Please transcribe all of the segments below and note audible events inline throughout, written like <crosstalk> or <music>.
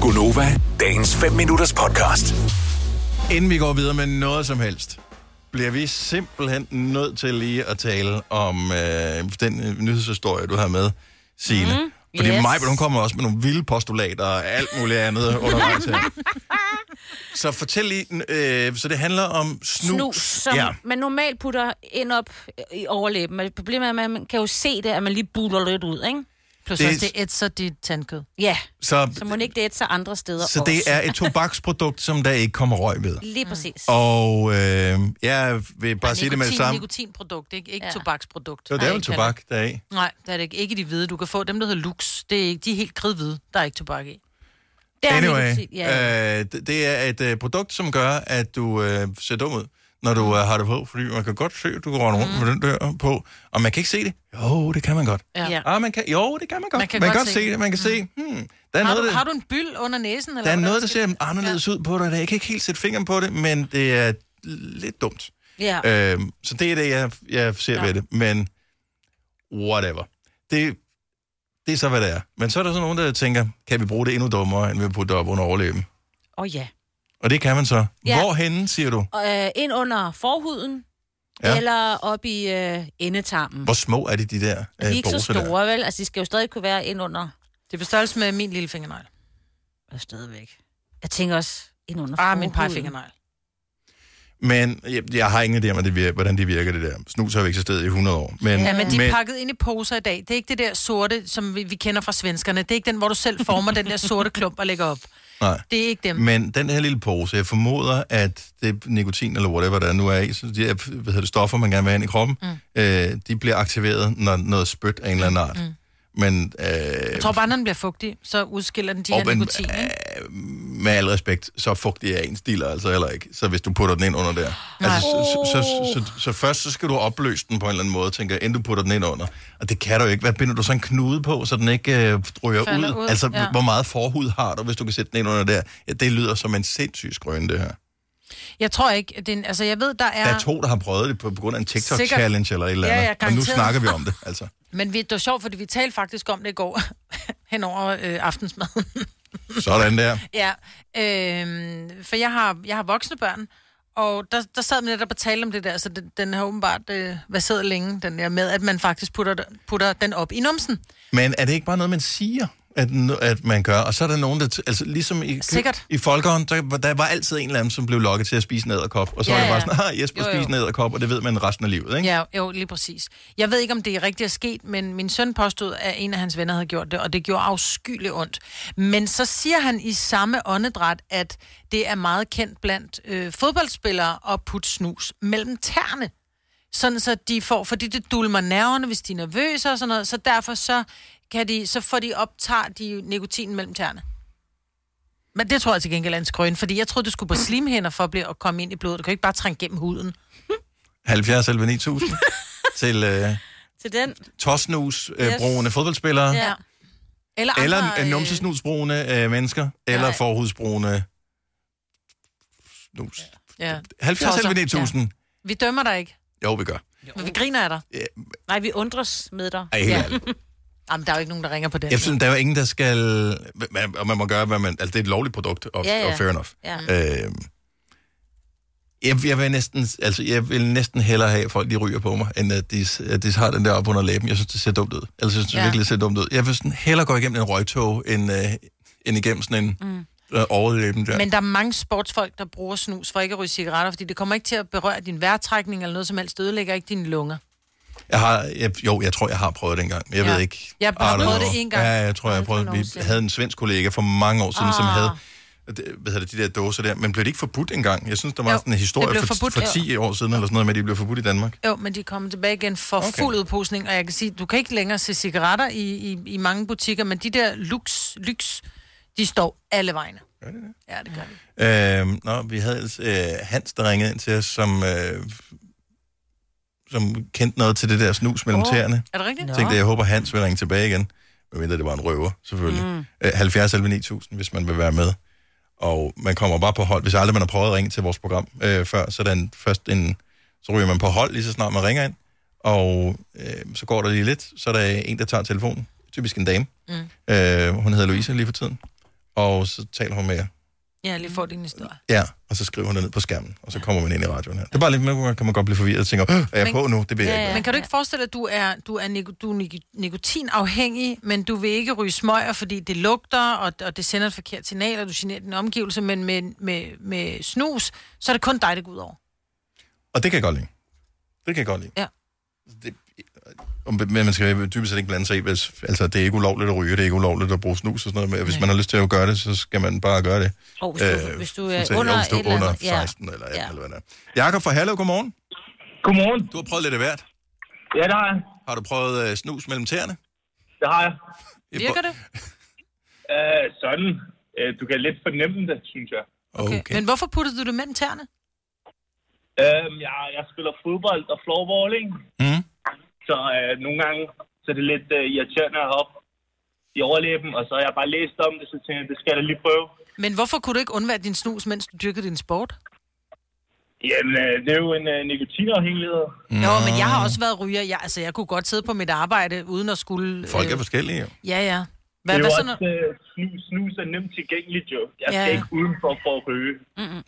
Gunova, dagens 5 minutters podcast. Inden vi går videre med noget som helst, bliver vi simpelthen nødt til lige at tale om øh, den øh, nyhedshistorie, du har med, Signe. Mm, Fordi yes. yes. Majbel, hun kommer også med nogle vilde postulater og alt muligt andet undervejs her. Så fortæl lige, øh, så det handler om snus. snus, som ja. ja. man normalt putter ind op i overlæben. Men problemet er, at man kan jo se det, at man lige buler lidt ud, ikke? Plus Det- det... også, det ætser dit tandkød. Ja, Så, så må det ikke det et sig andre steder så det også. er et tobaksprodukt, som der ikke kommer røg ved. Lige præcis. Og... Og øh, jeg vil bare sige det med det samme. Nikotinprodukt, ikke, ikke Ja. ja. tobaksprodukt. Det er Nej, jo ikke tobak, der er i. kalder- Nej, det er det ikke. Ikke de hvide. Du kan få dem, der hedder Lux. Det er ikke, de er helt kridhvide. Der er ikke tobak i. Det er Anyway, helt- ja. øh, det- det er et øh, produkt, som gør, at du øh, ser dum ud, når du øh, har det på, fordi man kan godt se, at du går Mm. rundt med den der på, og man kan ikke se det. Jo, det kan man godt. Ja. Ja. ja. Ah, man kan, jo, det kan man godt. Man kan man godt godt se Mm. se det. Man kan se, hmm, der er Har, noget, du, der, har du en byld under næsen? Eller der, er hvordan noget, der skal ser det- anderledes ud på dig. Jeg kan ikke helt sætte fingeren på det, men det er lidt dumt. ja. Øhm, så det er det, jeg, jeg ser ja. ved det. Men whatever. Det, det er så, hvad det er. Men så er der sådan nogen, der tænker, kan vi bruge det endnu dummere, end vi putter op under overleben? Og ja. Og det kan man så. Ja. Ja. Hvorhenne, siger du? Og, øh, ind under forhuden, Ja. ja. eller op i øh, endetarmen. Hvor Øh, små er de, de der de er ikke så borser store, vel? Altså, de skal jo stadig kunne være ind under... Det er på størrelse med min lille fingernegl. Og stadigvæk. Jeg tænker også ind under Ah, forhuden. min pegefingernegl. Men jeg, jeg har ingen idé om, at det virker, hvordan det virker, det der. Snus har jo eksisteret i 100 år. Men, Ja, men de men er pakket ind i poser i dag. Det er ikke det der sorte, som vi, vi kender fra svenskerne. Det er ikke den, hvor du selv former den der sorte klump og lægger op. Nej. Det er ikke dem. Men den her lille pose, jeg formoder, at det er nikotin eller whatever, der nu er i, så de her, hvad hedder det, stoffer, man gerne vil have ind i kroppen, mm. øh, de bliver aktiveret, når noget spyt af en eller anden art. Mm. Men øh, Jeg tror bare, når den bliver fugtig, så udskiller den de Og øh, her man- nikotin. ikke? med al respekt, så fugtig er ens dealer altså heller ikke, så hvis du putter den ind under der. Altså, så, så, så, så, så først så skal du opløse den på en eller anden måde, tænker jeg, inden du putter den ind under. Og det kan du jo ikke. Hvad binder du så en knude på, så den ikke øh, ryger ud? Falder ud? ud, Altså, ja. ja. hvor meget forhud har du, hvis du kan sætte den ind under der? Ja, det lyder som en sindssyg skrøn, det her. Jeg tror ikke, at det er en, altså jeg ved, der Der er... er to, der har prøvet det på, på grund af en Sikkert. TikTok-challenge eller et eller Ja, andet. ja, og nu garanteret. snakker vi om det, altså. Men vi, det var sjovt, fordi vi talte faktisk om det i går <laughs> hen over øh, aftensmaden. Sådan <laughs> der. ja, øh, for jeg har, jeg har voksne børn, og der, der sad man netop og talte om det der, så den, den har åbenbart øh, været længe, den der med, at man faktisk putter, putter den op i numsen. Men er det ikke bare noget, man siger, at, n- at man gør? Og så er der nogen, der... T- altså, ligesom i, Sikkert. i folkehånd, der, var- der var altid en eller anden, som blev lokket til at spise en æderkop. Og så ja, Ja, var det bare ja. sådan, ah, Jesper Jo, jo. spiser en æderkop, og det ved man resten af livet, ikke? Ja, jo, lige præcis. Jeg ved ikke, om det er rigtigt er sket, men min søn påstod, at en af hans venner havde gjort det, og det gjorde afskyeligt ondt. Men så siger han i samme åndedræt, at det er meget kendt blandt øh, fodboldspillere at putte snus mellem tæerne. Sådan så de får, fordi det dulmer nerverne, hvis de er nervøse og sådan noget, så derfor så, kan de, så får de optager de nikotinen mellem tæerne. Men det tror jeg til gengæld er en skrøn, fordi jeg troede, du skulle på slimhænder for at, blive, at komme ind i blodet. Du kan jo ikke bare trænge gennem huden. 70 eller <laughs> 9000 til øh, Til den. tosnusbrugende øh, Yes. brugende fodboldspillere, ja. Ja. Eller, eller andre, øh, øh, numsesnusbrugende øh, mennesker, eller Nej. forhudsbrugende snus. øh, Ja. 70 eller Tosser. 9000? Vi dømmer dig ikke, Jo, vi gør. men vi griner af dig. Nej, vi undres med dig. Ej, helt Ja. ærligt. Jamen, der er jo ikke nogen, der ringer på den. Jeg synes, der er jo ingen, der skal... Man, og man må gøre, hvad man... Altså, det er et lovligt produkt, og, ja, Ja, ja. ja. og fair enough. Ja. Øh, jeg, jeg, vil næsten, altså, jeg vil næsten hellere have, at folk de ryger på mig, end at de, at de har den der op under læben. Jeg synes, det ser dumt ud. Altså, jeg synes ja. Ja. virkelig, det ser dumt ud. Jeg vil sådan hellere gå igennem en røgtog, end, øh, end igennem sådan en mm. øh, overlæben der. Men... Men der er mange sportsfolk, der bruger snus for ikke at ryge cigaretter, fordi det kommer ikke til at berøre din vejrtrækning eller noget som helst. Det ødelægger ikke dine lunger. Jeg har, jeg, jo, jeg tror, jeg har prøvet det engang, men jeg ja. Ja. ved ikke. Jeg har I don't prøvet know. det én gang. Ja, jeg tror, jeg har Aldrig prøvet Vi nogensinde. havde en svensk kollega for mange år siden, ah. som Ah. havde det- hvad hedder det, de der dåser der, men blev det ikke forbudt engang? Jeg synes, der var Jo, sådan en det historie blev for, forbudt, for ja. 10 år siden, eller sådan noget med, at de blev forbudt i Danmark. Jo, men de kommer tilbage igen for okay. fuld udposning, og jeg kan sige, du kan ikke længere se cigaretter i, i, i mange butikker, men de der lux, lux, de står alle vegne. Gør det det? Ja, det gør de. Øh, nå, vi havde ellers, øh, Hans, der ringede ind til os, som, øh, som kendte noget til det der snus mellem oh. Åh. tæerne. Er det rigtigt? Jeg tænkte, jeg håber, Hans vil ringe tilbage igen. Medmindre det var en røver, selvfølgelig. Mm. Øh, 70 11 9000, hvis man vil være med. Og man kommer bare på hold. Hvis aldrig man har prøvet at ringe til vores program øh, før, så, er der en, først en, så ryger man på hold, lige så snart man ringer ind. Og øh, så går der lige lidt, så er der en, der tager telefonen. Typisk en dame. Mm. Øh, hun hedder Louise lige for tiden. og så taler hun med jer. Ja, lige får din historie. Ja, og så skriver hun det ned på skærmen, og så kommer man ind i radioen her. Det er bare lidt med, hvor man kan man godt blive forvirret og tænker, "Åh, er jeg Men- på nu? Det ved jeg Ja, ikke. ja. Men kan du ikke forestille dig, at du er, du er, niko, du er niko, nikotinafhængig, men du vil ikke ryge smøger, fordi det lugter, og, og det sender et forkert signal, og du generer din omgivelse, men med, med, med snus, så er det kun dig, det går ud over. Og det kan jeg godt lide. Det kan jeg godt lide. Ja. Det, om- men man skal dybest set ikke blande sig i, hvis, altså det er ikke ulovligt at ryge, det er ikke ulovligt at bruge snus og sådan noget, men hvis Nej. man har lyst til at gøre det, så skal man bare gøre det. Og hvis du, øh, hvis du er sådan set, under, hvis du et er under eller andet. 16 ja. eller, ja. Ja. eller hvad det er. Jakob fra Hallo, godmorgen. Godmorgen. Du har prøvet lidt af hvert. Ja, det har jeg. Har du prøvet øh, snus mellem tæerne? Det har jeg. Virker det? Øh, sådan. Øh, du kan lidt fornemme det, synes jeg. Okay. Okay. Men hvorfor puttede du det mellem tæerne? Øh, jeg, jeg spiller fodbold og floorball, ikke? Mm. Så øh, nogle gange så er det lidt øh, irriterende at hoppe i overlæben, og så har jeg bare læst om det, så tænker jeg, det skal jeg da lige prøve. Men hvorfor kunne du ikke undvære din snus, mens du dyrkede din sport? Jamen, øh, det er jo en øh, nikotinafhængighed. Mm. Jo, men jeg har også været ryger. Jeg, altså, jeg kunne godt sidde på mit arbejde, uden at skulle... Folk er øh, Mm. forskellige, jo. Ja, ja. Det Hvad, er hvad jo så, når... også, øh, snus, snus er nemt tilgængeligt, jo. Jeg Ja, skal ja. ikke udenfor for at ryge.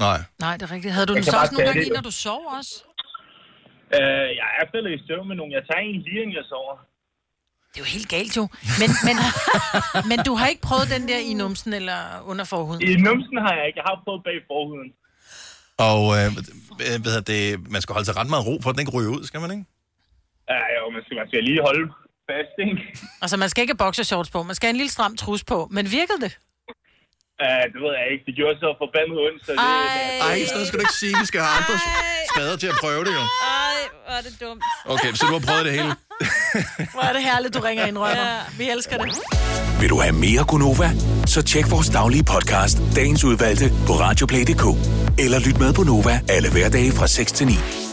Nej. Nej, det er rigtigt. Havde du den kan så bare også nogle tage gange i, det, jo. når du sov også? Øh, jeg er faldet i søvn med nogen. Jeg tager en lige, inden jeg sover. Det er jo helt galt jo. Men, men, <laughs> men du har ikke prøvet den der i numsen eller under forhuden? I numsen har jeg ikke. Jeg har prøvet bag forhuden. Og øh, hvad hedder det, man skal holde sig ret meget ro, for at den ikke ryger ud, skal man ikke? Ja, jo, man skal, man skal lige holde fast, ikke? Altså, man skal ikke have boxershorts på. Man skal have en lille stram trus på. Men virkede det? Uh, det ved jeg ikke. Det gjorde så forbandet ondt, så det... Ej. Ej, sådan skal du ikke sige, vi skal have andre spader til at prøve det, jo. Ej, hvor er det dumt. Okay, så du har prøvet det hele. Hvor er det herligt, du ringer ind, Rønner. Ja. Vi elsker det. Vil du have mere Gunova? Så tjek vores daglige podcast, dagens udvalgte, på radioplay.dk. Eller lyt med på Nova alle hverdage fra 6 til 9.